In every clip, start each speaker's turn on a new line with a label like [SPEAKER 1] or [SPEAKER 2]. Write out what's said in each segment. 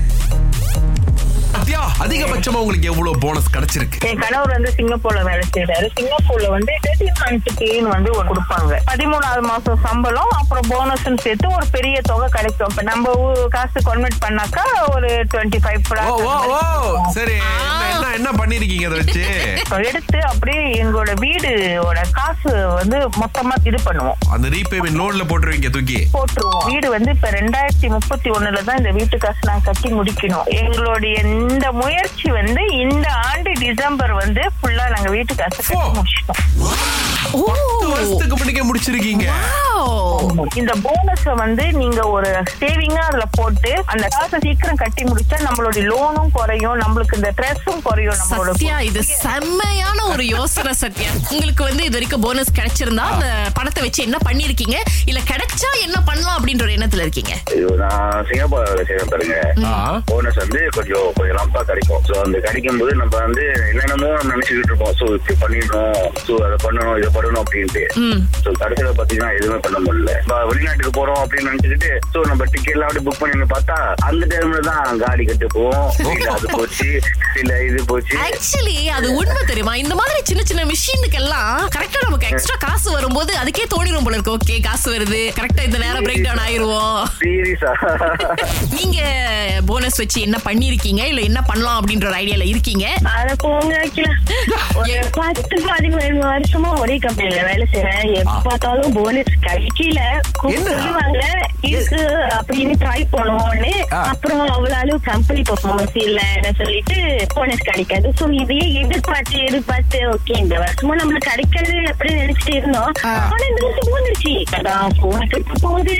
[SPEAKER 1] சத்யா அதிகபட்சமா உங்களுக்கு எவ்வளவு போனஸ் கிடைச்சிருக்கு
[SPEAKER 2] என் கணவர் வந்து சிங்கப்பூர்ல வேலை செய்யறாரு சிங்கப்பூர்ல வந்து தேர்ட்டின் மந்த்ஸ் பெயின் வந்து ஒரு கொடுப்பாங்க பதிமூணாவது மாசம் சம்பளம் அப்புறம் போனஸ்ன்னு சேர்த்து ஒரு பெரிய தொகை கிடைக்கும் இப்ப நம்ம ஊ- காசு கன்வெர்ட் பண்ணாக்கா ஒரு டுவெண்ட்டி
[SPEAKER 1] ஓ ஓ ஓ
[SPEAKER 2] ஃபைவ்
[SPEAKER 1] சரி என்ன என்ன என்ன பண்ணிருக்கீங்க அதை வச்சு
[SPEAKER 2] எடுத்து அப்படியே எங்களோட வீடோட காசு வந்து மொத்தமா இது பண்ணுவோம்
[SPEAKER 1] அந்த ரீபேமெண்ட் லோன்ல போட்டுருவீங்க தூக்கி
[SPEAKER 2] போட்டுருவோம் வீடு வந்து இப்ப ரெண்டாயிரத்தி முப்பத்தி ஒண்ணுல தான் இந்த வீட்டு காசு நான் கட்டி முடிக்கணும் எங்களுடைய இந்த முயற்சி வந்து இந்த ஆண்டு டிசம்பர் வந்து ஃபுல்லா நாங்க வீட்டு காசு கட்டி
[SPEAKER 1] ஓ.
[SPEAKER 2] முடிச்சிட்டோம்
[SPEAKER 3] ஓ
[SPEAKER 1] பத்து வருஷத்துக்கு முன்னிக்கே முடிச்சிருக்கீங்க
[SPEAKER 3] wow.
[SPEAKER 2] இந்த போனஸ வந்து நீங்க ஒரு சேவிங்கா அதுல போட்டு அந்த காசை சீக்கிரம் கட்டி முடிச்சா நம்மளுடைய லோனும் குறையும் நம்மளுக்கு இந்த ஸ்ட்ரெஸ்ஸும் குறையும் நம்மளோட
[SPEAKER 3] சத்யா இது செம்மையான ஒரு யோசனை சத்யா உங்களுக்கு வந்து இது வரைக்கும் போனஸ் கிடைச்சிருந்தா அந்த பணத்தை வச்சு என்ன பண்ணிருக்கீங்க இல்ல கிடைச்சா என்ன பண்ணலாம் அப்படின்ற ஒரு எண்ணத்துல இருக்கீங்க
[SPEAKER 4] ஐயோ, நான் சிங்கப்பூர் வேலை செய்யறேன் பாருங்க
[SPEAKER 1] ஆ.
[SPEAKER 4] போனஸ் வந்து கொஞ்சம் கொஞ்சம் லம்பா கிடைக்கும் ஸோ அந்த கிடைக்கும் போது நம்ம வந்து என்னென்னமோ நினைச்சுக்கிட்டு இருப்போம் ஸோ இப்படி பண்ணிடணும் ஸோ அதை பண்ணணும் இதை பண்ணணும் அப்படின்ட்டு ஸோ கடைசியில் பார்த்தீங்கன்னா எதுவுமே பண்ண முடியல இப்ப வெளிநாட்டுக்கு போறோம் அப்படின்னு நினைச்சுக்கிட்டு ஸோ நம்ம டிக்கெட் எல்லாம் அப்படி புக் பண்ணி பார்த்தா அந்த டைம்ல தான் காடி கட்டு போவோம் இல்ல அது போச்சு இல்ல இது போச்சு
[SPEAKER 3] ஆக்சுவலி அது உண்மை தெரியுமா இந்த மாதிரி சின்ன சின்ன மிஷினுக்கு எல்லாம் கரெக்டா நமக்கு எக்ஸ்ட்ரா காசு வரும்போது அதுக்கே தோணிரும் போல இருக்கு ஓகே காசு வருது கரெக்டா இந்த நேரம் பிரேக் டவுன் ஆயிருவோம்
[SPEAKER 4] சீரியஸா
[SPEAKER 3] நீங்க போனஸ் வச்சு என்ன பண்ணிருக்கீங்க இல்ல என்ன பண்ணலாம் அப்படின்ற ஒரு ஐடியால இருக்கீங்க
[SPEAKER 5] அதை போங்க வைக்கலாம். ஒரு பத்து பதிமூணு வருஷமா ஒரே கம்பெனில வேலை செய்றேன் எப்ப பார்த்தாலும் போனஸ் கிடைக்கல
[SPEAKER 1] என்ன?
[SPEAKER 5] கூப்பிடுவாங்க இருக்கு அப்படின்னு ட்ரை பண்ணுவோம்னு
[SPEAKER 1] ஆ.
[SPEAKER 5] அப்புறம் அவ்வளவு கம்பெனி பெர்ஃபார்மன்ஸ் இல்லைன்னு சொல்லிட்டு போனஸ் கிடைக்காது சோ இதையே எதிர்பார்த்து எதிர்பார்த்து ஓகே இந்த வருஷமும் நம்மளுக்கு கிடைக்காது அப்படின்னு நினைச்சிட்டு இருந்தோம் ஆனா இந்த வருஷம் போந்துருச்சு அதான் போன் கட்டு போகுது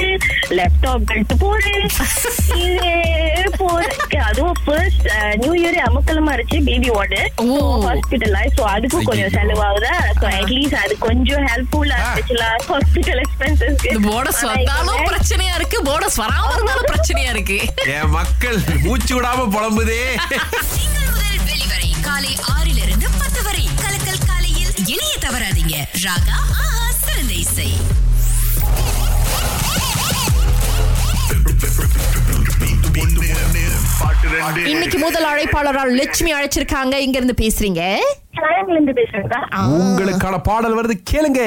[SPEAKER 5] லேப்டாப் கட்டு போகுது இது போகுது அதுவும் ஃபர்ஸ்ட் நியூ இயர் அமுக்கலமா இருந்துச்சு பேபி வார்டு
[SPEAKER 3] ஓ.
[SPEAKER 5] ஹாஸ்பிட்டல் ஸோ அதுக்கும் கொஞ்சம் செலவாகுதா ஸோ அட்லீஸ்ட் அது கொஞ்சம் ஹெல்ப்ஃபுல்லா இருந்துச்சுல ஹாஸ்பிட்டல் எக்ஸ்பென்சஸ்
[SPEAKER 3] இந்த போனஸ் வந்தாலும் பிரச்சனையா இருக்கு போனஸ் வராம இருந்தாலும் பிரச்சனையா இருக்கு
[SPEAKER 1] என் மக்கள் மூச்சு விடாம புலம்புதே
[SPEAKER 6] திங்கள் முதல் வெளிவரை காலை ஆறிலிருந்து பத்து வரை கலக்கல் காலையில் இணைய தவறாதீங்க ராகா ஆஹா சிறந்த இசை
[SPEAKER 3] இன்னைக்கு முதல் அழைப்பாளரால் லட்சுமி அழைச்சிருக்காங்க இங்க இருந்து பேசுறீங்க
[SPEAKER 5] சாயங்கிலிருந்து பேசுறதா
[SPEAKER 1] உங்களுக்கான பாடல் வருது கேளுங்க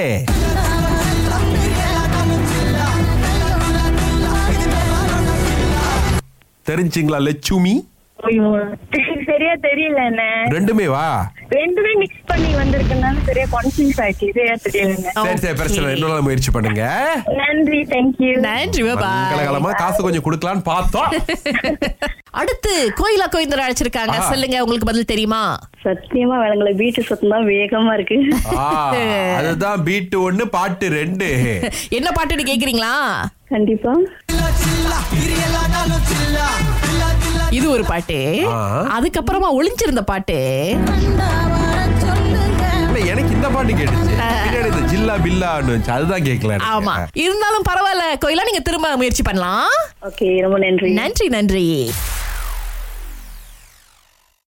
[SPEAKER 1] தெரிஞ்சுங்களா லட்சுமி
[SPEAKER 5] ஐயோ சரியா தெரியல என்ன
[SPEAKER 1] ரெண்டுமே வா
[SPEAKER 5] ரெண்டுமே மிக்ஸ் பண்ணி வந்திருக்கனால சரியா கன்ஃபியூஸ் ஆயிடுச்சு சரியா தெரியலங்க
[SPEAKER 1] சரி சரி பிரச்சனை இல்லை. இன்னொரு நாள் முயற்சி பண்ணுங்க
[SPEAKER 5] நன்றி தேங்க்யூ
[SPEAKER 3] நன்றி பாய்
[SPEAKER 1] கலகலமா காசு கொஞ்சம் கொடுக்கலான்னு பார்த்தோம்
[SPEAKER 3] அடுத்து கோயிலா கோயந்தர் அழைச்சிருக்காங்க
[SPEAKER 1] ஆஹா.
[SPEAKER 3] சொல்லுங்க உங்களுக்கு பதில் தெரியுமா
[SPEAKER 5] சத்தியமா வேலைங்கள வீட்டு சுத்தம் தான் வேகமா இருக்கு
[SPEAKER 1] ஆ, அதுதான் பீட்டு ஒண்ணு பாட்டு ரெண்டு
[SPEAKER 3] என்ன பாட்டுன்னு கேக்குறீங்களா
[SPEAKER 5] கண்டிப்பா
[SPEAKER 3] இது ஒரு பாட்டு
[SPEAKER 1] ஆ.
[SPEAKER 3] அதுக்கப்புறமா ஒளிஞ்சிருந்த பாட்டு
[SPEAKER 1] இல்ல, எனக்கு இந்த பாட்டு கேட்டுச்சு பின்னாடி இந்த ஜில்லா பில்லான்னு வந்துச்சு. அதுதான் கேட்கல
[SPEAKER 3] ஆமா இருந்தாலும் பரவாயில்ல கோயிலா நீங்க திரும்ப முயற்சி பண்ணலாம்
[SPEAKER 5] ஓகே ரொம்ப நன்றி
[SPEAKER 3] நன்றி நன்றி